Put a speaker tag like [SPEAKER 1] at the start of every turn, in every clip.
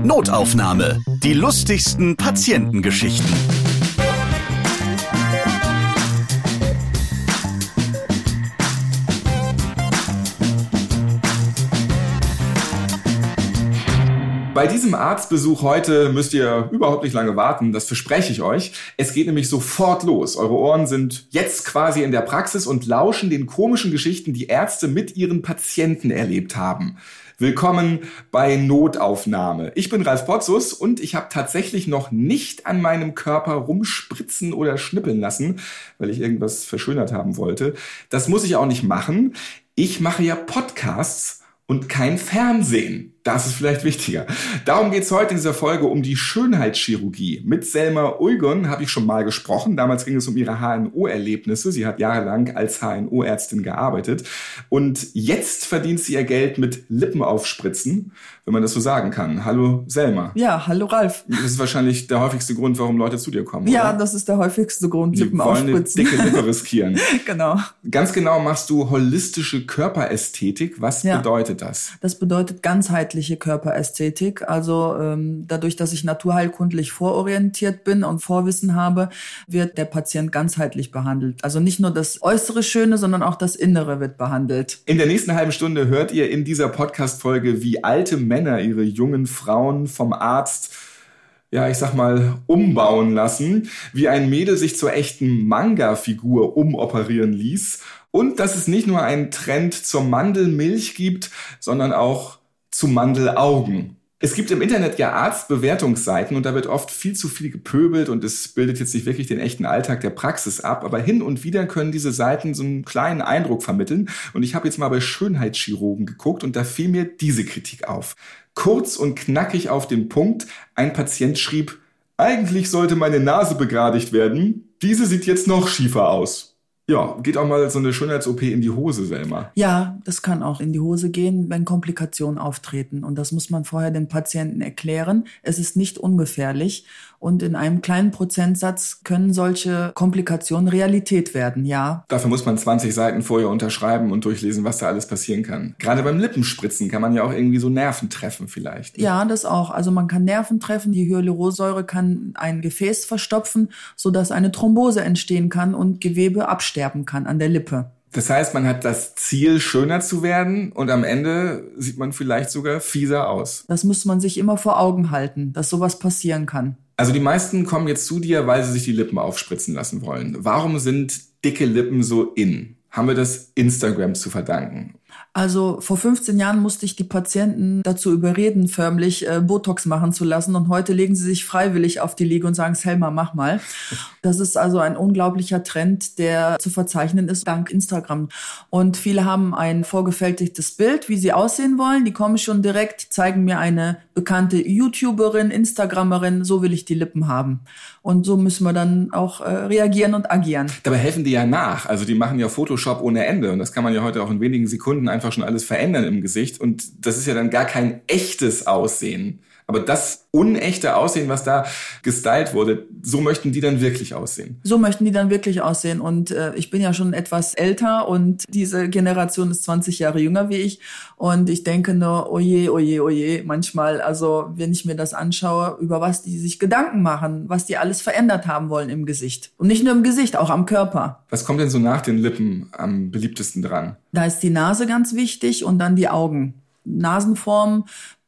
[SPEAKER 1] Notaufnahme. Die lustigsten Patientengeschichten.
[SPEAKER 2] Bei diesem Arztbesuch heute müsst ihr überhaupt nicht lange warten, das verspreche ich euch. Es geht nämlich sofort los. Eure Ohren sind jetzt quasi in der Praxis und lauschen den komischen Geschichten, die Ärzte mit ihren Patienten erlebt haben. Willkommen bei Notaufnahme. Ich bin Ralf Potzus und ich habe tatsächlich noch nicht an meinem Körper rumspritzen oder schnippeln lassen, weil ich irgendwas verschönert haben wollte. Das muss ich auch nicht machen. Ich mache ja Podcasts und kein Fernsehen. Das ist vielleicht wichtiger. Darum geht's heute in dieser Folge um die Schönheitschirurgie. Mit Selma Uygun habe ich schon mal gesprochen. Damals ging es um ihre HNO-Erlebnisse. Sie hat jahrelang als HNO-Ärztin gearbeitet. Und jetzt verdient sie ihr Geld mit Lippenaufspritzen, wenn man das so sagen kann. Hallo Selma.
[SPEAKER 3] Ja, hallo Ralf.
[SPEAKER 2] Das ist wahrscheinlich der häufigste Grund, warum Leute zu dir kommen.
[SPEAKER 3] Ja,
[SPEAKER 2] oder?
[SPEAKER 3] das ist der häufigste Grund,
[SPEAKER 2] Die
[SPEAKER 3] Lippen
[SPEAKER 2] wollen eine
[SPEAKER 3] aufspritzen.
[SPEAKER 2] dicke Lippe riskieren.
[SPEAKER 3] genau.
[SPEAKER 2] Ganz genau machst du holistische Körperästhetik. Was
[SPEAKER 3] Ja.
[SPEAKER 2] bedeutet das?
[SPEAKER 3] Das bedeutet ganzheitliche Körperästhetik. Also ähm, dadurch, dass ich naturheilkundlich vororientiert bin und Vorwissen habe, wird der Patient ganzheitlich behandelt. Also nicht nur das äußere Schöne, sondern auch das Innere wird behandelt.
[SPEAKER 2] In der nächsten halben Stunde hört ihr in dieser Podcast-Folge, wie alte Männer ihre jungen Frauen vom Arzt, ja, ich sag mal, umbauen lassen, wie ein Mädel sich zur echten Manga-Figur umoperieren ließ und dass es nicht nur einen Trend zur Mandelmilch gibt, sondern auch zu Mandelaugen. Es gibt im Internet ja Arztbewertungsseiten und da wird oft viel zu viel gepöbelt und es bildet jetzt nicht wirklich den echten Alltag der Praxis ab, aber hin und wieder können diese Seiten so einen kleinen Eindruck vermitteln und ich habe jetzt mal bei Schönheitschirurgen geguckt und da fiel mir diese Kritik auf. Kurz und knackig auf den Punkt, ein Patient schrieb, eigentlich sollte meine Nase begradigt werden, diese sieht jetzt noch schiefer aus. Ja, geht auch mal so eine Schönheits-OP in die Hose, Selma.
[SPEAKER 3] Ja, das kann auch in die Hose gehen, wenn Komplikationen auftreten. Und das muss man vorher den Patienten erklären. Es ist nicht ungefährlich. Und in einem kleinen Prozentsatz können solche Komplikationen Realität werden, ja.
[SPEAKER 2] Dafür muss man 20 Seiten vorher unterschreiben und durchlesen, was da alles passieren kann. Gerade beim Lippenspritzen kann man ja auch irgendwie so Nerven treffen vielleicht.
[SPEAKER 3] Ja, das auch. Also man kann Nerven treffen, die Hyaluronsäure kann ein Gefäß verstopfen, sodass eine Thrombose entstehen kann und Gewebe absterben kann an der Lippe.
[SPEAKER 2] Das heißt, man hat das Ziel, schöner zu werden und am Ende sieht man vielleicht sogar fieser aus.
[SPEAKER 3] Das muss man sich immer vor Augen halten, dass sowas passieren kann.
[SPEAKER 2] Also die meisten kommen jetzt zu dir, weil sie sich die Lippen aufspritzen lassen wollen. Warum sind dicke Lippen so in? Haben wir das Instagram zu verdanken?
[SPEAKER 3] Also vor 15 Jahren musste ich die Patienten dazu überreden, förmlich äh, Botox machen zu lassen. Und heute legen sie sich freiwillig auf die Liege und sagen, Selma, mach mal. Das ist also ein unglaublicher Trend, der zu verzeichnen ist dank Instagram. Und viele haben ein vorgefertigtes Bild, wie sie aussehen wollen. Die kommen schon direkt, zeigen mir eine bekannte YouTuberin, Instagramerin, so will ich die Lippen haben. Und so müssen wir dann auch äh, reagieren und agieren.
[SPEAKER 2] Dabei helfen die ja nach. Also die machen ja Photoshop ohne Ende. Und das kann man ja heute auch in wenigen Sekunden einfach schon alles verändern im Gesicht. Und das ist ja dann gar kein echtes Aussehen. Aber das unechte Aussehen, was da gestylt wurde, so möchten die dann wirklich aussehen.
[SPEAKER 3] So möchten die dann wirklich aussehen. Und äh, ich bin ja schon etwas älter und diese Generation ist 20 Jahre jünger wie ich. Und ich denke nur, oje, oje, oje, manchmal, also wenn ich mir das anschaue, über was die sich Gedanken machen, was die alles verändert haben wollen im Gesicht. Und nicht nur im Gesicht, auch am Körper.
[SPEAKER 2] Was kommt denn so nach den Lippen am beliebtesten dran?
[SPEAKER 3] Da ist die Nase ganz wichtig und dann die Augen. Nasenform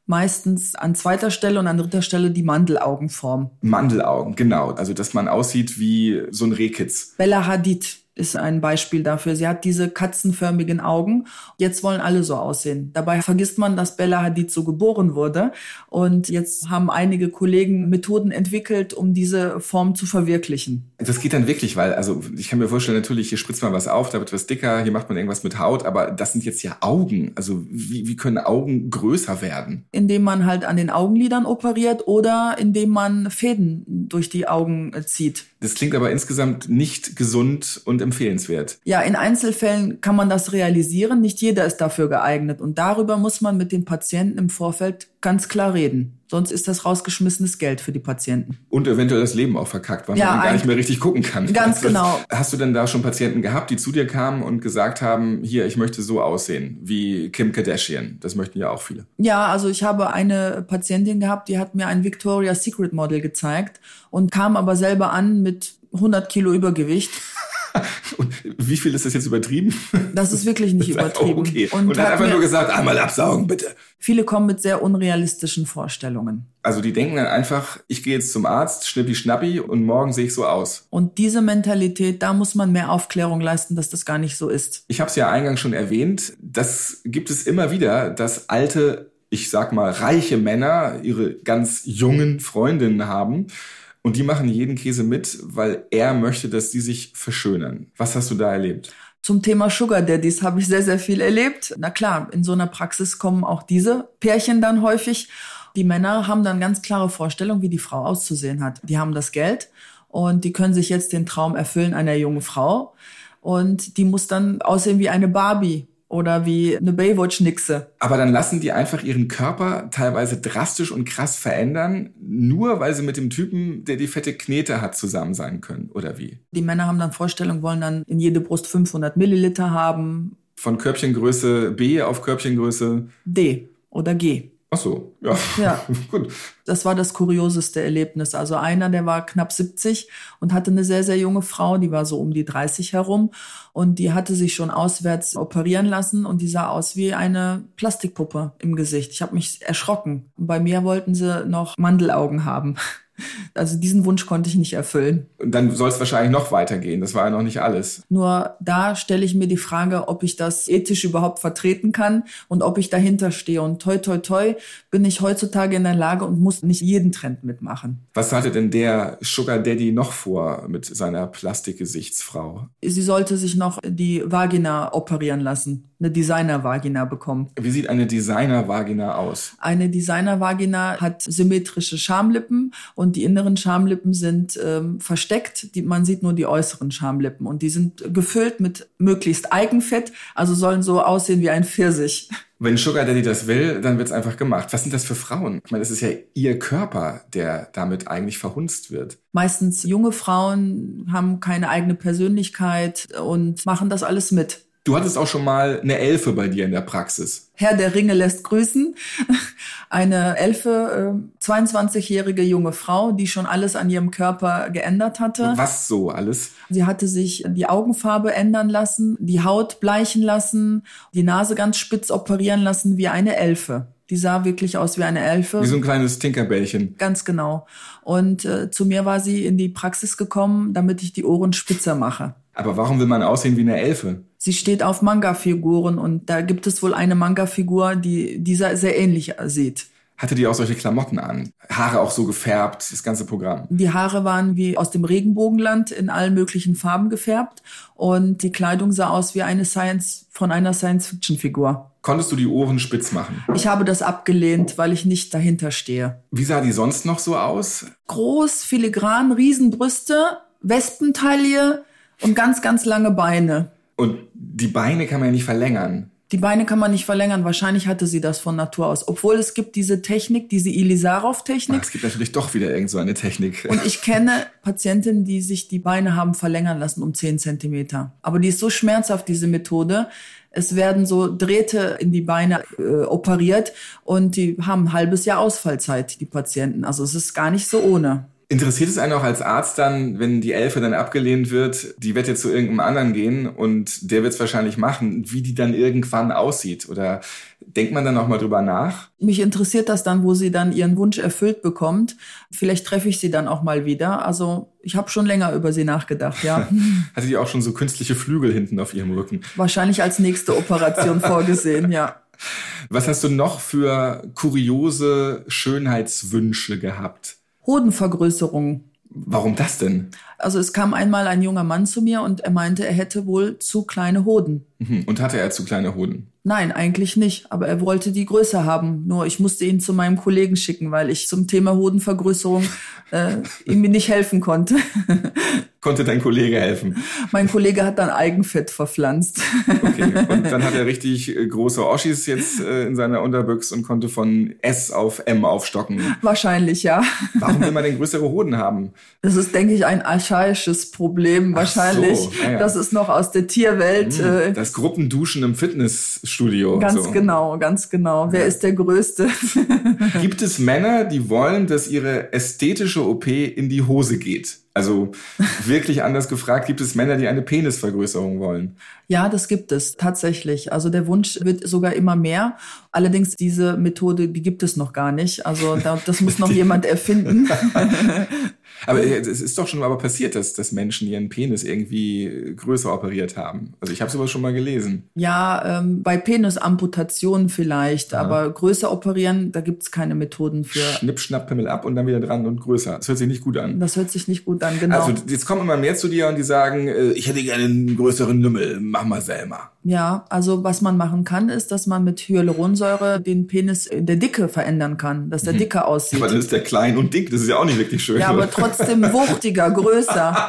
[SPEAKER 3] meistens an zweiter Stelle und an dritter Stelle die Mandelaugenform.
[SPEAKER 2] Mandelaugen, genau. Also dass man aussieht wie so ein Rehkitz.
[SPEAKER 3] Bella Hadid ist ein Beispiel dafür. Sie hat diese katzenförmigen Augen. Jetzt wollen alle so aussehen. Dabei vergisst man, dass Bella Hadid so geboren wurde. Und jetzt haben einige Kollegen Methoden entwickelt, um diese Form zu verwirklichen.
[SPEAKER 2] Das geht dann wirklich, weil, also ich kann mir vorstellen, natürlich, hier spritzt man was auf, da wird was dicker, hier macht man irgendwas mit Haut, aber das sind jetzt ja Augen. Also wie, wie können Augen größer werden?
[SPEAKER 3] Indem man halt an den Augenlidern operiert oder indem man Fäden durch die Augen äh, zieht.
[SPEAKER 2] Das klingt aber insgesamt nicht gesund und empfehlenswert.
[SPEAKER 3] Ja, in Einzelfällen kann man das realisieren. Nicht jeder ist dafür geeignet. Und darüber muss man mit den Patienten im Vorfeld ganz klar reden. Sonst ist das rausgeschmissenes Geld für die Patienten.
[SPEAKER 2] Und eventuell das Leben auch verkackt, weil
[SPEAKER 3] Ja,
[SPEAKER 2] man gar nicht
[SPEAKER 3] eigentlich-
[SPEAKER 2] mehr richtig gucken kann.
[SPEAKER 3] Ganz
[SPEAKER 2] Also,
[SPEAKER 3] genau.
[SPEAKER 2] Hast du denn da schon Patienten gehabt, die zu dir kamen und gesagt haben, hier, ich möchte so aussehen wie Kim Kardashian? Das möchten ja auch viele.
[SPEAKER 3] Ja, also ich habe eine Patientin gehabt, die hat mir ein Victoria's Secret Model gezeigt und kam aber selber an mit 100 Kilo Übergewicht.
[SPEAKER 2] Und wie viel ist das jetzt übertrieben?
[SPEAKER 3] Das ist wirklich nicht übertrieben.
[SPEAKER 2] okay. Und,
[SPEAKER 3] Und,
[SPEAKER 2] dann
[SPEAKER 3] hat
[SPEAKER 2] einfach nur
[SPEAKER 3] mir,
[SPEAKER 2] gesagt, einmal absaugen, bitte.
[SPEAKER 3] viele kommen mit sehr unrealistischen Vorstellungen.
[SPEAKER 2] Also die denken dann einfach, ich gehe jetzt zum Arzt, schnippi schnappi und morgen sehe ich so aus.
[SPEAKER 3] Und diese Mentalität, da muss man mehr Aufklärung leisten, dass das gar nicht so ist.
[SPEAKER 2] Ich habe es ja eingangs schon erwähnt, das gibt es immer wieder, dass alte, ich sag mal, reiche Männer ihre ganz jungen Freundinnen haben und die machen jeden Käse mit, weil er möchte, dass die sich verschönern. Was hast du da erlebt?
[SPEAKER 3] Zum Thema Sugar Daddies habe ich sehr, sehr viel erlebt. Na klar, in so einer Praxis kommen auch diese Pärchen dann häufig. Die Männer haben dann ganz klare Vorstellung, wie die Frau auszusehen hat. Die haben das Geld und die können sich jetzt den Traum erfüllen einer jungen Frau. Und die muss dann aussehen wie eine Barbie oder wie eine Baywatch-Nixe.
[SPEAKER 2] Aber dann lassen die einfach ihren Körper teilweise drastisch und krass verändern, nur weil sie mit dem Typen, der die fette Knete hat, zusammen sein können, oder wie?
[SPEAKER 3] Die Männer haben dann Vorstellung, wollen dann in jede Brust 500 Milliliter haben.
[SPEAKER 2] Von Körbchengröße B auf Körbchengröße.
[SPEAKER 3] D oder G.
[SPEAKER 2] Ach so, ja.
[SPEAKER 3] Ja.
[SPEAKER 2] Gut.
[SPEAKER 3] Das war das kurioseste Erlebnis. Also einer, der war knapp 70 und hatte eine sehr, sehr junge Frau, die war so um die 30 herum und die hatte sich schon auswärts operieren lassen und die sah aus wie eine Plastikpuppe im Gesicht. Ich habe mich erschrocken. Und bei mir wollten sie noch Mandelaugen haben. Also diesen Wunsch konnte ich nicht erfüllen.
[SPEAKER 2] Und dann soll es wahrscheinlich noch weitergehen. Das war ja noch nicht alles.
[SPEAKER 3] Nur da stelle ich mir die Frage, ob ich das ethisch überhaupt vertreten kann und ob ich dahinter stehe. Und toi, toi, toi bin ich heutzutage in der Lage und muss nicht jeden Trend mitmachen.
[SPEAKER 2] Was hatte denn der Sugar Daddy noch vor mit seiner Plastikgesichtsfrau?
[SPEAKER 3] sie sollte sich noch die Vagina operieren lassen, eine Designer-Vagina bekommen.
[SPEAKER 2] Wie sieht eine Designer-Vagina aus?
[SPEAKER 3] Eine Designer-Vagina hat symmetrische Schamlippen und die inneren Schamlippen sind ähm, versteckt. Die, man sieht nur die äußeren Schamlippen und die sind gefüllt mit möglichst Eigenfett, also sollen so aussehen wie ein Pfirsich.
[SPEAKER 2] Wenn Sugar Daddy das will, dann wird's einfach gemacht. Was sind das für Frauen? Ich meine, das ist ja ihr Körper, der damit eigentlich verhunzt wird.
[SPEAKER 3] Meistens junge Frauen haben keine eigene Persönlichkeit und machen das alles mit.
[SPEAKER 2] Du hattest auch schon mal eine Elfe bei dir in der Praxis.
[SPEAKER 3] Herr der Ringe lässt grüßen. Eine Elfe, äh, 22-jährige junge Frau, die schon alles an ihrem Körper geändert hatte.
[SPEAKER 2] Was so alles?
[SPEAKER 3] Sie hatte sich die Augenfarbe ändern lassen, die Haut bleichen lassen, die Nase ganz spitz operieren lassen wie eine Elfe. Die sah wirklich aus wie eine Elfe.
[SPEAKER 2] Wie so ein kleines Tinkerbällchen.
[SPEAKER 3] Ganz genau. Und äh, zu mir war sie in die Praxis gekommen, damit ich die Ohren spitzer mache.
[SPEAKER 2] Aber warum will man aussehen wie eine Elfe?
[SPEAKER 3] Sie steht auf Manga-Figuren und da gibt es wohl eine Manga-Figur, die dieser sehr ähnlich sieht.
[SPEAKER 2] Hatte die auch solche Klamotten an? Haare auch so gefärbt, das ganze Programm.
[SPEAKER 3] Die Haare waren wie aus dem Regenbogenland in allen möglichen Farben gefärbt und die Kleidung sah aus wie eine Science von einer Science-Fiction-Figur.
[SPEAKER 2] Konntest du die Ohren spitz machen?
[SPEAKER 3] Ich habe das abgelehnt, weil ich nicht dahinter stehe.
[SPEAKER 2] Wie sah die sonst noch so aus?
[SPEAKER 3] Groß, filigran, Riesenbrüste, Wespentaille und ganz, ganz lange Beine.
[SPEAKER 2] Und die Beine kann man ja nicht verlängern.
[SPEAKER 3] Die Beine kann man nicht verlängern. Wahrscheinlich hatte sie das von Natur aus. Obwohl es gibt diese Technik, diese
[SPEAKER 2] Ah,
[SPEAKER 3] Ilisarov-Technik.
[SPEAKER 2] Es gibt natürlich doch wieder irgend so eine Technik.
[SPEAKER 3] Und ich kenne Patientinnen, die sich die Beine haben verlängern lassen um 10 Zentimeter. Aber die ist so schmerzhaft, diese Methode. Es werden so Drähte in die Beine äh, operiert und die haben ein halbes Jahr Ausfallzeit, die Patienten. Also es ist gar nicht so ohne.
[SPEAKER 2] Interessiert es einen auch als Arzt dann, wenn die Elfe dann abgelehnt wird, die wird jetzt zu irgendeinem anderen gehen und der wird es wahrscheinlich machen, wie die dann irgendwann aussieht? Oder denkt man dann auch mal drüber nach?
[SPEAKER 3] Mich interessiert das dann, wo sie dann ihren Wunsch erfüllt bekommt. Vielleicht treffe ich sie dann auch mal wieder. Also ich habe schon länger über sie nachgedacht, ja.
[SPEAKER 2] Hatte die auch schon so künstliche Flügel hinten auf ihrem Rücken?
[SPEAKER 3] Wahrscheinlich als nächste Operation vorgesehen, ja.
[SPEAKER 2] Was hast du noch für kuriose Schönheitswünsche gehabt?
[SPEAKER 3] Hodenvergrößerung
[SPEAKER 2] Warum das denn?
[SPEAKER 3] Also es kam einmal ein junger Mann zu mir und er meinte, er hätte wohl zu kleine Hoden.
[SPEAKER 2] Mhm. Und hatte er zu kleine Hoden?
[SPEAKER 3] Nein, eigentlich nicht. Aber er wollte die Größe haben. Nur ich musste ihn zu meinem Kollegen schicken, weil ich zum Thema Hodenvergrößerung äh, ihm nicht helfen konnte.
[SPEAKER 2] Konnte dein Kollege helfen?
[SPEAKER 3] mein Kollege hat dann Eigenfett verpflanzt.
[SPEAKER 2] Okay. Und dann hat er richtig äh, große Oschis jetzt äh, in seiner Unterbüchs und konnte von S auf M aufstocken.
[SPEAKER 3] Wahrscheinlich, ja.
[SPEAKER 2] Warum will man denn größere Hoden haben?
[SPEAKER 3] Das ist, denke ich, ein archaisches Problem wahrscheinlich.
[SPEAKER 2] so, ja, ja.
[SPEAKER 3] Das ist noch aus der Tierwelt. äh,
[SPEAKER 2] Mhm. Das Gruppenduschen im Fitnessstudio. und
[SPEAKER 3] ganz
[SPEAKER 2] so.
[SPEAKER 3] genau, ganz genau. Wer ist der Größte?
[SPEAKER 2] Gibt es Männer, die wollen, dass ihre ästhetische OP in die Hose geht? Also wirklich anders gefragt, gibt es Männer, die eine Penisvergrößerung wollen?
[SPEAKER 3] Ja, das gibt es tatsächlich. Also der Wunsch wird sogar immer mehr. Allerdings diese Methode, die gibt es noch gar nicht. Also da, das muss noch jemand erfinden.
[SPEAKER 2] Aber äh, es ist doch schon aber passiert, dass, dass Menschen ihren Penis irgendwie größer operiert haben. Also ich habe sowas schon mal gelesen.
[SPEAKER 3] Ja, ähm, bei Penisamputationen vielleicht, aber größer operieren, da gibt es keine Methoden für.
[SPEAKER 2] Schnipp, schnapp, Pimmel ab und dann wieder dran und größer. Das hört sich nicht gut an.
[SPEAKER 3] Das hört sich nicht gut an, genau.
[SPEAKER 2] Also jetzt kommen immer mehr zu dir und die sagen, äh, ich hätte gerne einen größeren Lümmel, mach mal selber.
[SPEAKER 3] Ja, also was man machen kann, ist, dass man mit Hyaluronsäure den Penis in der Dicke verändern kann, dass der dicker aussieht.
[SPEAKER 2] Mhm. Aber dann ist der klein und dick, das ist ja auch nicht wirklich schön.
[SPEAKER 3] Ja, aber trotzdem wuchtiger, größer.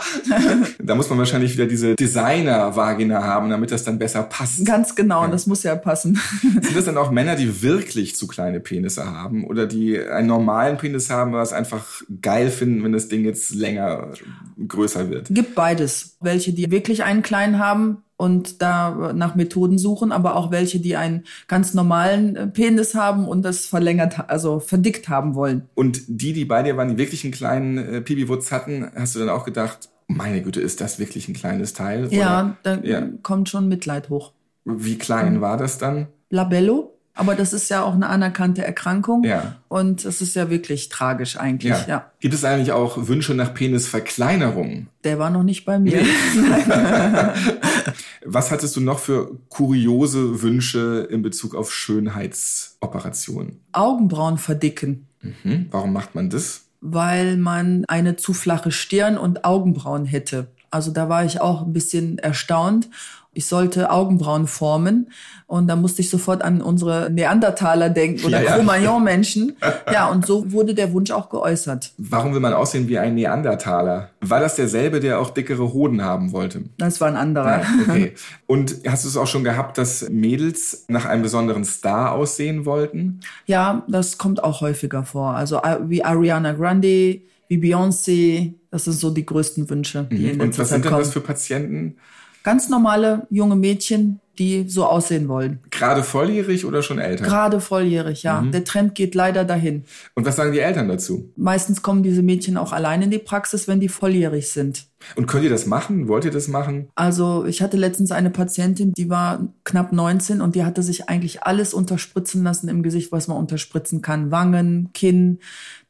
[SPEAKER 2] Da muss man wahrscheinlich wieder diese Designer-Vagina haben, damit das dann besser passt.
[SPEAKER 3] Ganz genau, das muss ja passen.
[SPEAKER 2] Sind das dann auch Männer, die wirklich zu kleine Penisse haben oder die einen normalen Penis haben, aber es einfach geil finden, wenn das Ding jetzt länger, größer wird?
[SPEAKER 3] Gibt beides. Welche, die wirklich einen kleinen haben und da nach Methoden suchen, aber auch welche, die einen ganz normalen äh, Penis haben und das verlängert, also verdickt haben wollen.
[SPEAKER 2] Und die, die bei dir waren, die wirklich einen kleinen äh, Pibiwutz hatten, hast du dann auch gedacht, meine Güte, ist das wirklich ein kleines Teil?
[SPEAKER 3] Ja, da
[SPEAKER 2] Oder, ja.
[SPEAKER 3] kommt schon Mitleid hoch.
[SPEAKER 2] Wie klein war das dann?
[SPEAKER 3] Labello. Aber das ist ja auch eine anerkannte Erkrankung.
[SPEAKER 2] Ja.
[SPEAKER 3] Und es ist ja wirklich tragisch eigentlich. Ja.
[SPEAKER 2] Gibt es eigentlich auch Wünsche nach Penisverkleinerungen?
[SPEAKER 3] Der war noch nicht bei mir.
[SPEAKER 2] Was hattest du noch für kuriose Wünsche in Bezug auf Schönheitsoperationen?
[SPEAKER 3] Augenbrauen verdicken,
[SPEAKER 2] Mhm. Warum macht man das?
[SPEAKER 3] weil man eine zu flache Stirn und Augenbrauen hätte. Also da war ich auch ein bisschen erstaunt. Ich sollte Augenbrauen formen und da musste ich sofort an unsere Neandertaler denken oder
[SPEAKER 2] Ja, ja.
[SPEAKER 3] Cro-Magnon-Menschen. Ja, und so wurde der Wunsch auch geäußert.
[SPEAKER 2] Warum will man aussehen wie ein Neandertaler? War das derselbe, der auch dickere Hoden haben wollte?
[SPEAKER 3] Das war ein anderer.
[SPEAKER 2] Ja, okay. Und hast du es auch schon gehabt, dass Mädels nach einem besonderen Star aussehen wollten?
[SPEAKER 3] Ja, das kommt auch häufiger vor. Also äh, wie Ariana Grande, wie Beyoncé, das sind so die größten Wünsche, die in
[SPEAKER 2] Mhm. Und
[SPEAKER 3] letzter
[SPEAKER 2] was sind
[SPEAKER 3] Zeit
[SPEAKER 2] denn
[SPEAKER 3] kommen.
[SPEAKER 2] das für Patienten?
[SPEAKER 3] Ganz normale junge Mädchen, die so aussehen wollen.
[SPEAKER 2] Gerade volljährig oder schon älter?
[SPEAKER 3] Gerade volljährig, ja.
[SPEAKER 2] Mhm.
[SPEAKER 3] Der Trend geht leider dahin.
[SPEAKER 2] Und was sagen die Eltern dazu?
[SPEAKER 3] Meistens kommen diese Mädchen auch allein in die Praxis, wenn die volljährig sind.
[SPEAKER 2] Und könnt ihr das machen? Wollt ihr das machen?
[SPEAKER 3] Also ich hatte letztens eine Patientin, die war knapp 19 und die hatte sich eigentlich alles unterspritzen lassen im Gesicht, was man unterspritzen kann. Wangen, Kinn,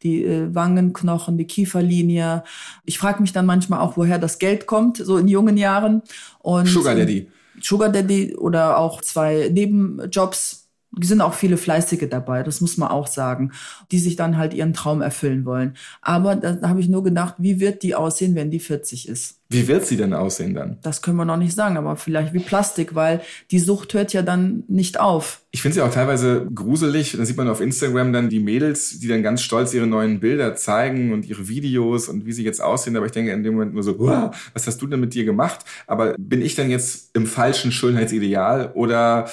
[SPEAKER 3] die äh, Wangenknochen, die Kieferlinie. Ich frage mich dann manchmal auch, woher das Geld kommt, so in jungen Jahren. Und
[SPEAKER 2] Sugar Daddy.
[SPEAKER 3] Sugar Daddy oder auch zwei Nebenjobs. Sind auch viele Fleißige dabei, das muss man auch sagen, die sich dann halt ihren Traum erfüllen wollen. Aber da habe ich nur gedacht, wie wird die aussehen, wenn die 40 ist?
[SPEAKER 2] Wie wird sie denn aussehen dann?
[SPEAKER 3] das können wir noch nicht sagen, aber vielleicht wie Plastik, weil die Sucht hört ja dann nicht auf.
[SPEAKER 2] Ich finde es ja auch teilweise gruselig. Da sieht man auf Instagram dann die Mädels, die dann ganz stolz ihre neuen Bilder zeigen und ihre Videos und wie sie jetzt aussehen. Aber ich denke in dem Moment nur so, "Uah, was hast du denn mit dir gemacht? Aber bin ich denn jetzt im falschen Schönheitsideal oder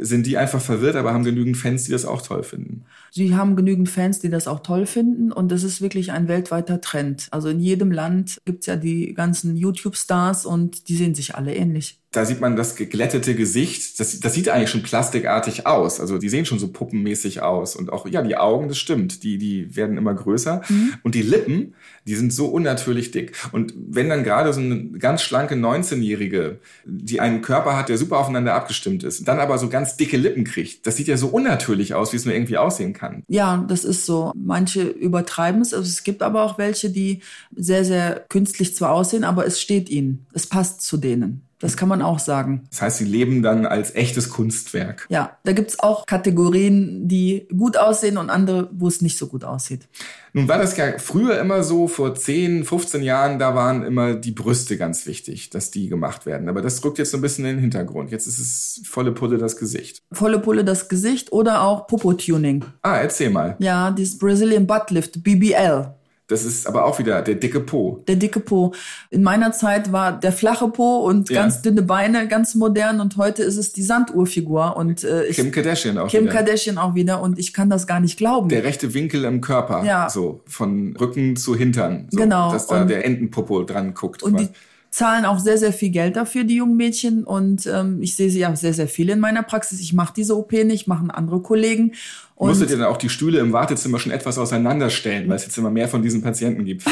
[SPEAKER 2] sind die einfach verwirrt, aber haben genügend Fans, die das auch toll finden?
[SPEAKER 3] Sie haben genügend Fans, die das auch toll finden und das ist wirklich ein weltweiter Trend. Also in jedem Land gibt's ja die ganzen YouTube-Stars und die sehen sich alle ähnlich.
[SPEAKER 2] Da sieht man das geglättete Gesicht. Das, das sieht eigentlich schon plastikartig aus. Also die sehen schon so puppenmäßig aus. Und auch, ja, die Augen, das stimmt. Die, die werden immer größer. Und die Lippen, die sind so unnatürlich dick. Und wenn dann gerade so eine ganz schlanke 19-Jährige, die einen Körper hat, der super aufeinander abgestimmt ist, dann aber so ganz dicke Lippen kriegt, das sieht ja so unnatürlich aus, wie es nur irgendwie aussehen kann.
[SPEAKER 3] Ja, das ist so. Manche übertreiben es. Also es gibt aber auch welche, die sehr, sehr künstlich zwar aussehen, aber es steht ihnen. Es passt zu denen. Das kann man auch sagen.
[SPEAKER 2] Das heißt, sie leben dann als echtes Kunstwerk.
[SPEAKER 3] Ja, da gibt's auch Kategorien, die gut aussehen und andere, wo es nicht so gut aussieht.
[SPEAKER 2] Nun war das ja früher immer so, vor 10, 15 Jahren, da waren immer die Brüste ganz wichtig, dass die gemacht werden. Aber das rückt jetzt so ein bisschen in den Hintergrund. Jetzt ist es volle Pulle das Gesicht.
[SPEAKER 3] Volle Pulle das Gesicht oder auch Popo-Tuning.
[SPEAKER 2] Ah, erzähl mal.
[SPEAKER 3] Ja, dieses Brazilian Butt Lift, BBL.
[SPEAKER 2] Das ist aber auch wieder der dicke Po.
[SPEAKER 3] Der dicke Po. In meiner Zeit war der flache Po und
[SPEAKER 2] Ja.
[SPEAKER 3] ganz dünne Beine ganz modern und heute ist es die Sanduhrfigur und äh, ich,
[SPEAKER 2] Kim Kardashian auch
[SPEAKER 3] Kim
[SPEAKER 2] wieder.
[SPEAKER 3] Kardashian auch wieder und ich kann das gar nicht glauben.
[SPEAKER 2] der rechte Winkel im Körper,
[SPEAKER 3] Ja.
[SPEAKER 2] so von Rücken zu Hintern, so,
[SPEAKER 3] Genau.
[SPEAKER 2] dass da
[SPEAKER 3] Und-
[SPEAKER 2] der Entenpopo dran guckt.
[SPEAKER 3] und die
[SPEAKER 2] quasi.
[SPEAKER 3] zahlen auch sehr, sehr viel Geld dafür, die jungen Mädchen. Und ähm, ich sehe sie ja sehr, sehr viel in meiner Praxis. Ich mache diese OP nicht, machen andere Kollegen. Und
[SPEAKER 2] Musstet ihr dann auch die Stühle im Wartezimmer schon etwas auseinanderstellen, weil es jetzt immer mehr von diesen Patienten gibt.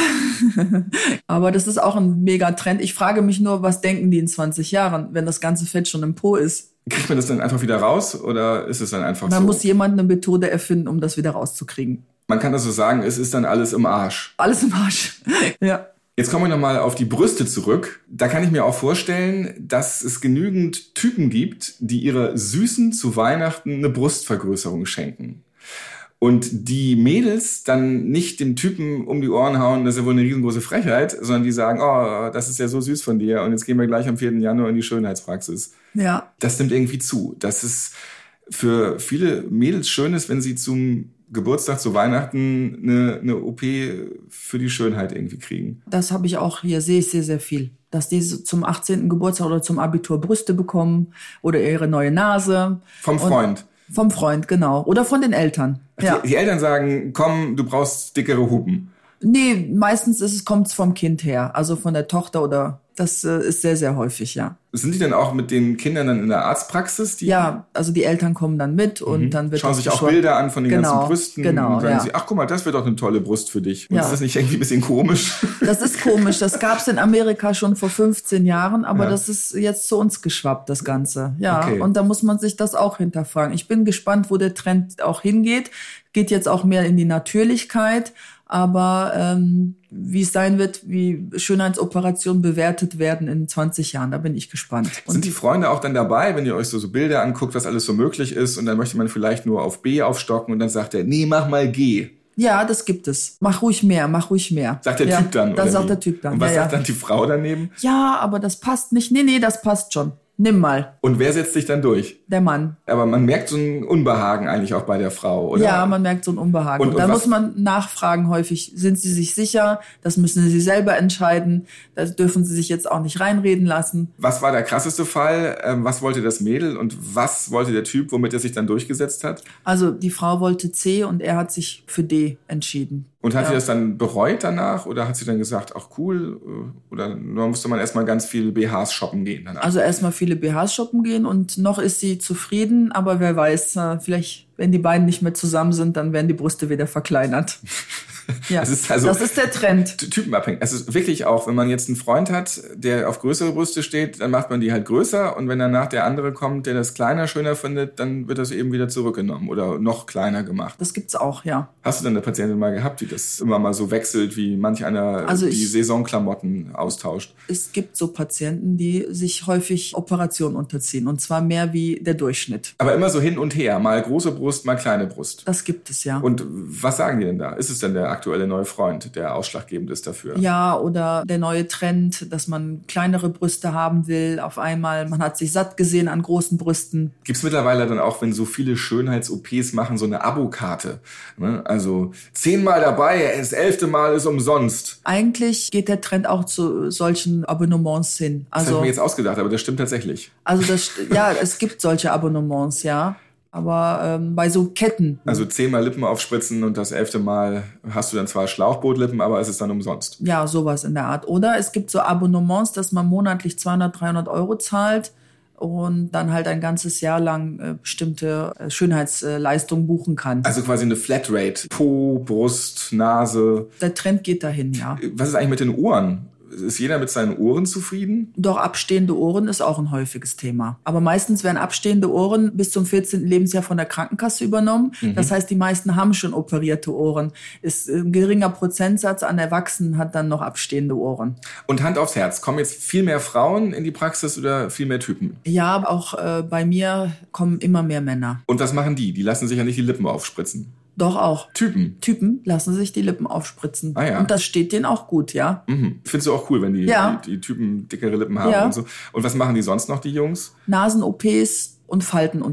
[SPEAKER 3] Aber das ist auch ein Megatrend. Ich frage mich nur, was denken die in 20 Jahren, wenn das ganze Fett schon im Po ist?
[SPEAKER 2] Kriegt man das dann einfach wieder raus oder ist es dann einfach
[SPEAKER 3] Dann
[SPEAKER 2] so?
[SPEAKER 3] muss jemand eine Methode erfinden, um das wieder rauszukriegen.
[SPEAKER 2] man kann das so sagen, es ist dann alles im Arsch.
[SPEAKER 3] Alles im Arsch. ja.
[SPEAKER 2] Jetzt kommen wir nochmal auf die Brüste zurück. Da kann ich mir auch vorstellen, dass es genügend Typen gibt, die ihrer Süßen zu Weihnachten eine Brustvergrößerung schenken. Und die Mädels dann nicht dem Typen um die Ohren hauen, das ist ja wohl eine riesengroße Frechheit, sondern die sagen, oh, das ist ja so süß von dir und jetzt gehen wir gleich am 4. Januar in die Schönheitspraxis.
[SPEAKER 3] Ja.
[SPEAKER 2] das nimmt irgendwie zu. Das ist für viele Mädels schön ist, wenn sie zum Geburtstag, zu Weihnachten eine, eine OP für die Schönheit irgendwie kriegen.
[SPEAKER 3] Das habe ich auch hier, sehe ich sehr, sehr viel. Dass die so zum 18. Geburtstag oder zum Abitur Brüste bekommen oder ihre neue Nase.
[SPEAKER 2] Vom
[SPEAKER 3] Und-
[SPEAKER 2] Freund.
[SPEAKER 3] Vom Freund, genau. Oder von den Eltern. Ja.
[SPEAKER 2] Die, die Eltern sagen, komm, du brauchst dickere Hupen.
[SPEAKER 3] Nee, meistens ist es, kommt es vom Kind her, also von der Tochter oder das äh, ist sehr, sehr häufig, ja.
[SPEAKER 2] Sind die dann auch mit den Kindern dann in der Arztpraxis? Die
[SPEAKER 3] Ja, also die Eltern kommen dann mit und dann
[SPEAKER 2] Mhm.
[SPEAKER 3] wird
[SPEAKER 2] schauen
[SPEAKER 3] das
[SPEAKER 2] sich auch
[SPEAKER 3] geschworen.
[SPEAKER 2] Bilder an von den
[SPEAKER 3] Genau,
[SPEAKER 2] ganzen Brüsten
[SPEAKER 3] genau,
[SPEAKER 2] und sagen
[SPEAKER 3] ja.
[SPEAKER 2] sie, ach guck mal, das wird doch eine tolle Brust für dich. Und
[SPEAKER 3] Ja.
[SPEAKER 2] ist das nicht irgendwie ein bisschen komisch?
[SPEAKER 3] Das ist komisch, das gab's in Amerika schon vor 15 Jahren, aber
[SPEAKER 2] Ja.
[SPEAKER 3] das ist jetzt zu uns geschwappt, das Ganze. Ja,
[SPEAKER 2] Okay.
[SPEAKER 3] und da muss man sich das auch hinterfragen. Ich bin gespannt, wo der Trend auch hingeht. Geht jetzt auch mehr in die Natürlichkeit, aber ähm, wie es sein wird, wie Schönheitsoperationen bewertet werden in 20 Jahren, da bin ich gespannt. Und
[SPEAKER 2] Sind die Freunde auch dann dabei, wenn ihr euch so, so Bilder anguckt, was alles so möglich ist und dann möchte man vielleicht nur auf B aufstocken und dann sagt er, nee, mach mal G.
[SPEAKER 3] ja, das gibt es. Mach ruhig mehr, mach ruhig mehr.
[SPEAKER 2] Sagt der
[SPEAKER 3] ja,
[SPEAKER 2] Typ dann,
[SPEAKER 3] Das
[SPEAKER 2] oder
[SPEAKER 3] sagt
[SPEAKER 2] wie?
[SPEAKER 3] der Typ dann.
[SPEAKER 2] Und was
[SPEAKER 3] ja,
[SPEAKER 2] sagt
[SPEAKER 3] ja.
[SPEAKER 2] dann die Frau daneben?
[SPEAKER 3] ja, aber das passt nicht. Nee, nee, das passt schon. Nimm mal,
[SPEAKER 2] Und wer setzt sich dann durch?
[SPEAKER 3] der Mann.
[SPEAKER 2] Aber man merkt so ein Unbehagen eigentlich auch bei der Frau, oder?
[SPEAKER 3] Ja, man merkt so ein Unbehagen.
[SPEAKER 2] Und-
[SPEAKER 3] Und,
[SPEAKER 2] und
[SPEAKER 3] da
[SPEAKER 2] was-
[SPEAKER 3] muss man nachfragen häufig. Sind sie sich sicher? Das müssen sie selber entscheiden. Das dürfen sie sich jetzt auch nicht reinreden lassen.
[SPEAKER 2] Was war der krasseste Fall? Ähm, Was wollte das Mädel und was wollte der Typ, womit er sich dann durchgesetzt hat?
[SPEAKER 3] Also die Frau wollte C und er hat sich für D entschieden.
[SPEAKER 2] Und hat
[SPEAKER 3] Ja.
[SPEAKER 2] sie das dann bereut danach oder hat sie dann gesagt, ach cool, äh, oder dann musste man erstmal ganz viel BHs shoppen gehen danach?
[SPEAKER 3] Also erstmal viele BHs shoppen gehen und noch ist sie zufrieden, aber wer weiß, äh, vielleicht, wenn die beiden nicht mehr zusammen sind, dann werden die Brüste wieder verkleinert. Ja,
[SPEAKER 2] Das ist also-
[SPEAKER 3] das ist der Trend.
[SPEAKER 2] Ty- typenabhängig. Es ist wirklich auch, wenn man jetzt einen Freund hat, der auf größere Brüste steht, dann macht man die halt größer und wenn danach der andere kommt, der das kleiner schöner findet, dann wird das eben wieder zurückgenommen oder noch kleiner gemacht.
[SPEAKER 3] Das gibt's auch, ja.
[SPEAKER 2] Hast du denn eine Patientin mal gehabt, die das immer mal so wechselt, wie manch einer
[SPEAKER 3] Also
[SPEAKER 2] die
[SPEAKER 3] ich-
[SPEAKER 2] Saisonklamotten austauscht?
[SPEAKER 3] Es gibt so Patienten, die sich häufig Operationen unterziehen und zwar mehr wie der Durchschnitt.
[SPEAKER 2] Aber immer so hin und her, mal große Brust, mal kleine Brust.
[SPEAKER 3] Das gibt es ja.
[SPEAKER 2] Und was sagen die denn da? Ist es denn der aktuelle neue Freund, der ausschlaggebend ist dafür?
[SPEAKER 3] ja, oder der neue Trend, dass man kleinere Brüste haben will auf einmal. Man hat sich satt gesehen an großen Brüsten.
[SPEAKER 2] Gibt's mittlerweile dann auch, wenn so viele Schönheits-OPs machen, so eine Abokarte? Ne? Also zehnmal dabei, das elfte Mal ist umsonst.
[SPEAKER 3] Eigentlich geht der Trend auch zu solchen Abonnements hin.
[SPEAKER 2] Das hab ich
[SPEAKER 3] Also,
[SPEAKER 2] mir jetzt ausgedacht, aber das stimmt tatsächlich.
[SPEAKER 3] also das, ja, es gibt solche Abonnements, ja. Aber ähm, bei so Ketten.
[SPEAKER 2] Also zehnmal Lippen aufspritzen und das elfte Mal hast du dann zwar Schlauchbootlippen, aber es ist dann umsonst.
[SPEAKER 3] Ja, sowas in der Art. Oder es gibt so Abonnements, dass man monatlich 200, 300 Euro zahlt und dann halt ein ganzes Jahr lang äh, bestimmte äh, Schönheitsleistungen buchen kann.
[SPEAKER 2] Also quasi eine Flatrate. Po, Brust, Nase.
[SPEAKER 3] der Trend geht dahin, ja.
[SPEAKER 2] Was ist eigentlich mit den Ohren? Ist jeder mit seinen Ohren zufrieden?
[SPEAKER 3] Doch abstehende Ohren ist auch ein häufiges Thema. Aber meistens werden abstehende Ohren bis zum 14. Lebensjahr von der Krankenkasse übernommen.
[SPEAKER 2] Mhm.
[SPEAKER 3] Das heißt, die meisten haben schon operierte Ohren. Ist äh, ein geringer Prozentsatz an Erwachsenen hat dann noch abstehende Ohren.
[SPEAKER 2] Und Hand aufs Herz, kommen jetzt viel mehr Frauen in die Praxis oder viel mehr Typen?
[SPEAKER 3] Ja, aber auch äh, bei mir kommen immer mehr Männer.
[SPEAKER 2] Und was machen die? Die lassen sich ja nicht die Lippen aufspritzen.
[SPEAKER 3] Doch auch.
[SPEAKER 2] Typen.
[SPEAKER 3] Typen lassen sich die Lippen aufspritzen.
[SPEAKER 2] Ah ja.
[SPEAKER 3] Und das steht denen auch gut, ja.
[SPEAKER 2] Mhm. Findest du auch cool, wenn die,
[SPEAKER 3] Ja.
[SPEAKER 2] die, die Typen dickere Lippen haben
[SPEAKER 3] Ja.
[SPEAKER 2] und so. Und was machen die sonst noch, die Jungs?
[SPEAKER 3] Nasen-OPs und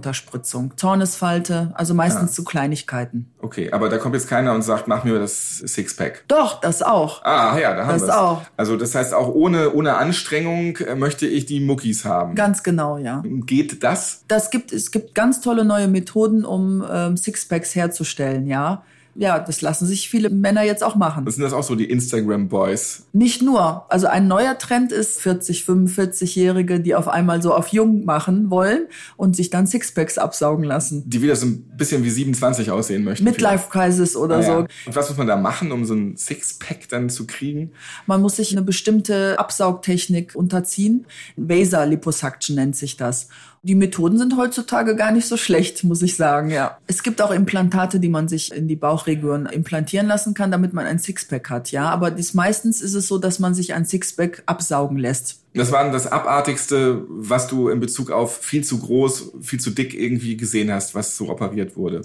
[SPEAKER 3] Faltenunterspritzung. Zornesfalte, also
[SPEAKER 2] Ah.
[SPEAKER 3] meistens zu Kleinigkeiten.
[SPEAKER 2] Okay, aber da kommt jetzt keiner und sagt, mach mir das Sixpack.
[SPEAKER 3] Doch, das auch.
[SPEAKER 2] Ah, ja, da haben
[SPEAKER 3] Das
[SPEAKER 2] wir's.
[SPEAKER 3] auch.
[SPEAKER 2] Also das heißt, auch ohne, ohne Anstrengung äh, möchte ich die Muckis haben.
[SPEAKER 3] Ganz genau, ja.
[SPEAKER 2] Geht das?
[SPEAKER 3] Das gibt, es gibt ganz tolle neue Methoden, um ähm, Sixpacks herzustellen, ja. Ja, das lassen sich viele Männer jetzt auch machen.
[SPEAKER 2] Das sind das auch so die Instagram-Boys.
[SPEAKER 3] Nicht nur. Also ein neuer Trend ist 40, 45-Jährige, die auf einmal so auf jung machen wollen und sich dann Sixpacks absaugen lassen.
[SPEAKER 2] die wieder so ein bisschen wie 27 aussehen möchten.
[SPEAKER 3] Midlife Crisis oder
[SPEAKER 2] vielleicht.
[SPEAKER 3] so.
[SPEAKER 2] Ah, ja. Und was muss man da machen, um so ein Sixpack dann zu kriegen?
[SPEAKER 3] Man muss sich eine bestimmte Absaugtechnik unterziehen. Vaser Liposuction nennt sich das. Die Methoden sind heutzutage gar nicht so schlecht, muss ich sagen, ja. Es gibt auch Implantate, die man sich in die Bauchregion implantieren lassen kann, damit man ein Sixpack hat, ja. Aber dies, meistens ist es so, dass man sich ein Sixpack absaugen lässt.
[SPEAKER 2] Das war das Abartigste, was du in Bezug auf viel zu groß, viel zu dick irgendwie gesehen hast, was so operiert wurde.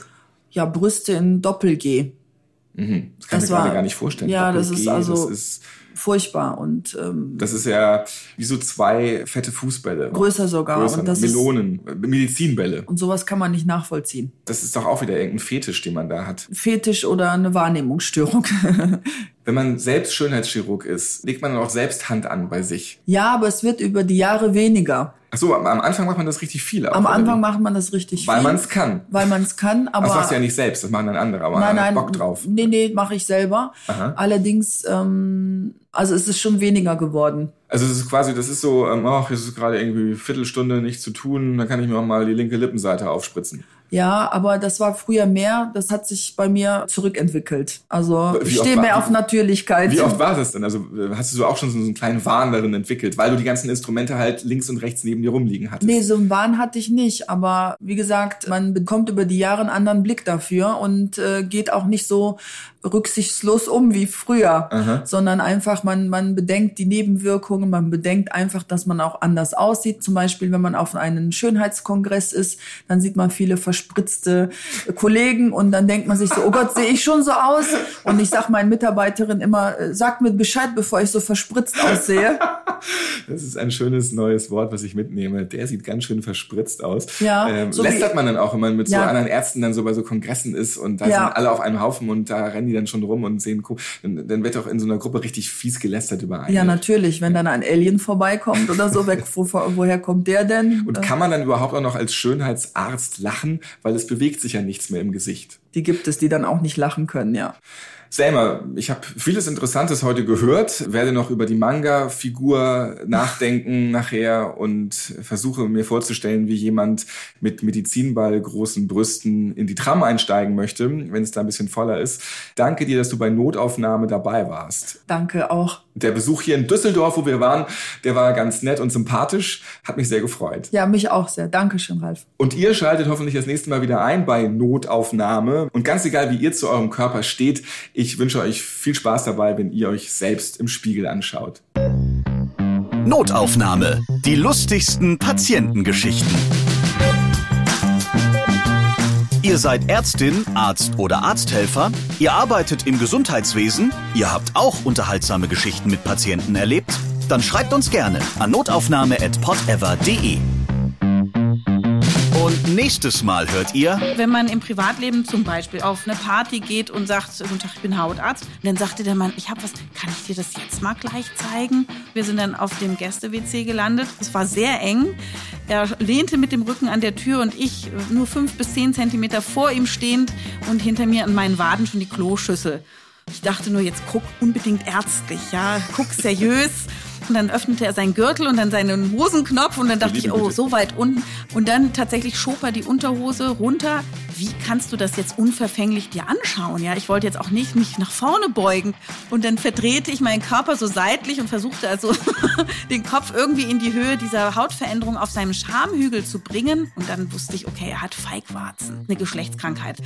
[SPEAKER 3] Ja, Brüste in Doppel-G.
[SPEAKER 2] Mhm. Das kann ich
[SPEAKER 3] Das
[SPEAKER 2] mir gerade
[SPEAKER 3] war-
[SPEAKER 2] gar nicht vorstellen.
[SPEAKER 3] ja, das
[SPEAKER 2] Doppel-G,
[SPEAKER 3] ist also-
[SPEAKER 2] Das ist,
[SPEAKER 3] Furchtbar und ähm,
[SPEAKER 2] das ist ja wie so zwei fette Fußbälle.
[SPEAKER 3] größer sogar.
[SPEAKER 2] Größer.
[SPEAKER 3] Und, das ist,
[SPEAKER 2] Melonen, äh, Medizinbälle.
[SPEAKER 3] und sowas kann man nicht nachvollziehen.
[SPEAKER 2] Das ist doch auch wieder irgendein Fetisch, den man da hat.
[SPEAKER 3] Fetisch oder eine Wahrnehmungsstörung.
[SPEAKER 2] Wenn man selbst Schönheitschirurg ist, legt man dann auch selbst Hand an bei sich.
[SPEAKER 3] ja, aber es wird über die Jahre weniger.
[SPEAKER 2] Ach so, am am Anfang macht man das richtig viel. auch,
[SPEAKER 3] Am
[SPEAKER 2] oder
[SPEAKER 3] Anfang
[SPEAKER 2] wie?
[SPEAKER 3] macht man das richtig
[SPEAKER 2] Weil
[SPEAKER 3] viel.
[SPEAKER 2] man es kann.
[SPEAKER 3] Weil man es kann, aber.
[SPEAKER 2] das machst du ja nicht selbst, das machen dann andere, aber
[SPEAKER 3] nein,
[SPEAKER 2] man
[SPEAKER 3] nein.
[SPEAKER 2] hat Bock drauf.
[SPEAKER 3] Nee, nee, mache ich selber.
[SPEAKER 2] Aha.
[SPEAKER 3] Allerdings, ähm, also es ist schon weniger geworden.
[SPEAKER 2] Also es ist quasi, das ist so, ähm, ach, es ist gerade irgendwie Viertelstunde nichts zu tun, dann kann ich mir auch mal die linke Lippenseite aufspritzen.
[SPEAKER 3] Ja, aber das war früher mehr. Das hat sich bei mir zurückentwickelt. Also
[SPEAKER 2] Wie
[SPEAKER 3] ich
[SPEAKER 2] oft
[SPEAKER 3] stehe
[SPEAKER 2] war-
[SPEAKER 3] mehr auf Natürlichkeit.
[SPEAKER 2] Wie oft war das denn? Also äh, hast du so auch schon so einen kleinen Wahn darin entwickelt, weil du die ganzen Instrumente halt links und rechts neben dir rumliegen hattest?
[SPEAKER 3] Nee, so einen Wahn hatte ich nicht. Aber wie gesagt, man bekommt über die Jahre einen anderen Blick dafür und äh, geht auch nicht so rücksichtslos um wie früher,
[SPEAKER 2] Aha.
[SPEAKER 3] sondern einfach, man, man bedenkt die Nebenwirkungen, man bedenkt einfach, dass man auch anders aussieht. Zum Beispiel, wenn man auf einen Schönheitskongress ist, dann sieht man viele verspritzte Kollegen und dann denkt man sich so, oh Gott, sehe ich schon so aus? Und ich sag meinen Mitarbeiterinnen immer, äh, sagt mir Bescheid, bevor ich so verspritzt aussehe.
[SPEAKER 2] Das ist ein schönes neues Wort, was ich mitnehme. Der sieht ganz schön verspritzt aus.
[SPEAKER 3] Ja,
[SPEAKER 2] ähm,
[SPEAKER 3] so
[SPEAKER 2] lästert
[SPEAKER 3] wie-
[SPEAKER 2] man dann auch, wenn man mit so
[SPEAKER 3] Ja.
[SPEAKER 2] anderen Ärzten dann so bei so Kongressen ist und da
[SPEAKER 3] Ja.
[SPEAKER 2] sind alle auf einem Haufen und da rennen die dann schon rum und sehen, gu- dann, dann wird auch in so einer Gruppe richtig fies gelästert über einen.
[SPEAKER 3] Ja, natürlich, wenn dann ein Alien vorbeikommt oder so, weg, wo, woher kommt der denn? Äh,
[SPEAKER 2] Und kann man dann überhaupt auch noch als Schönheitsarzt lachen, weil es bewegt sich ja nichts mehr im Gesicht?
[SPEAKER 3] die gibt es, die dann auch nicht lachen können, ja.
[SPEAKER 2] Selma, ich habe vieles Interessantes heute gehört, werde noch über die Manga-Figur nachdenken nachher und versuche mir vorzustellen, wie jemand mit Medizinball großen Brüsten in die Tram einsteigen möchte, wenn es da ein bisschen voller ist. Danke dir, dass du bei Notaufnahme dabei warst.
[SPEAKER 3] Danke auch.
[SPEAKER 2] Der Besuch hier in Düsseldorf, wo wir waren, der war ganz nett und sympathisch, hat mich sehr gefreut.
[SPEAKER 3] Ja, mich auch sehr. Dankeschön, Ralf.
[SPEAKER 2] Und ihr schaltet hoffentlich das nächste Mal wieder ein bei Notaufnahme. Und ganz egal, wie ihr zu eurem Körper steht, ich wünsche euch viel Spaß dabei, wenn ihr euch selbst im Spiegel anschaut.
[SPEAKER 1] Notaufnahme. Die lustigsten Patientengeschichten. Ihr seid Ärztin, Arzt oder Arzthelfer, ihr arbeitet im Gesundheitswesen, ihr habt auch unterhaltsame Geschichten mit Patienten erlebt, dann schreibt uns gerne an notaufnahme.podever.de. Und nächstes Mal hört ihr
[SPEAKER 4] Wenn man im Privatleben zum Beispiel auf eine Party geht und sagt, guten Tag, ich bin Hautarzt, und dann sagte der Mann, ich habe was, kann ich dir das jetzt mal gleich zeigen? Wir sind dann auf dem Gäste-WC gelandet. Es war sehr eng. Er lehnte mit dem Rücken an der Tür und ich äh, nur fünf bis zehn Zentimeter vor ihm stehend und hinter mir an meinen Waden schon die Kloschüssel. Ich dachte nur, jetzt guck unbedingt ärztlich, ja, guck seriös. Und dann öffnete er seinen Gürtel und dann seinen Hosenknopf und dann dachte
[SPEAKER 2] Liebe
[SPEAKER 4] ich, oh,
[SPEAKER 2] Güte.
[SPEAKER 4] so weit unten. Und dann tatsächlich schob er die Unterhose runter. Wie kannst du das jetzt unverfänglich dir anschauen? Ja, ich wollte jetzt auch nicht mich nach vorne beugen. Und dann verdrehte ich meinen Körper so seitlich und versuchte also den Kopf irgendwie in die Höhe dieser Hautveränderung auf seinem Schamhügel zu bringen. Und dann wusste ich, okay, er hat Feigwarzen, eine Geschlechtskrankheit.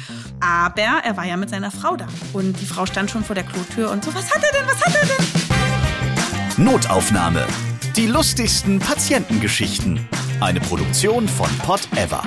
[SPEAKER 4] Aber er war ja mit seiner Frau da. Und die Frau stand schon vor der Klotür und so, was hat er denn, was hat er denn?
[SPEAKER 1] Notaufnahme. Die lustigsten Patientengeschichten. Eine Produktion von Pot Ever.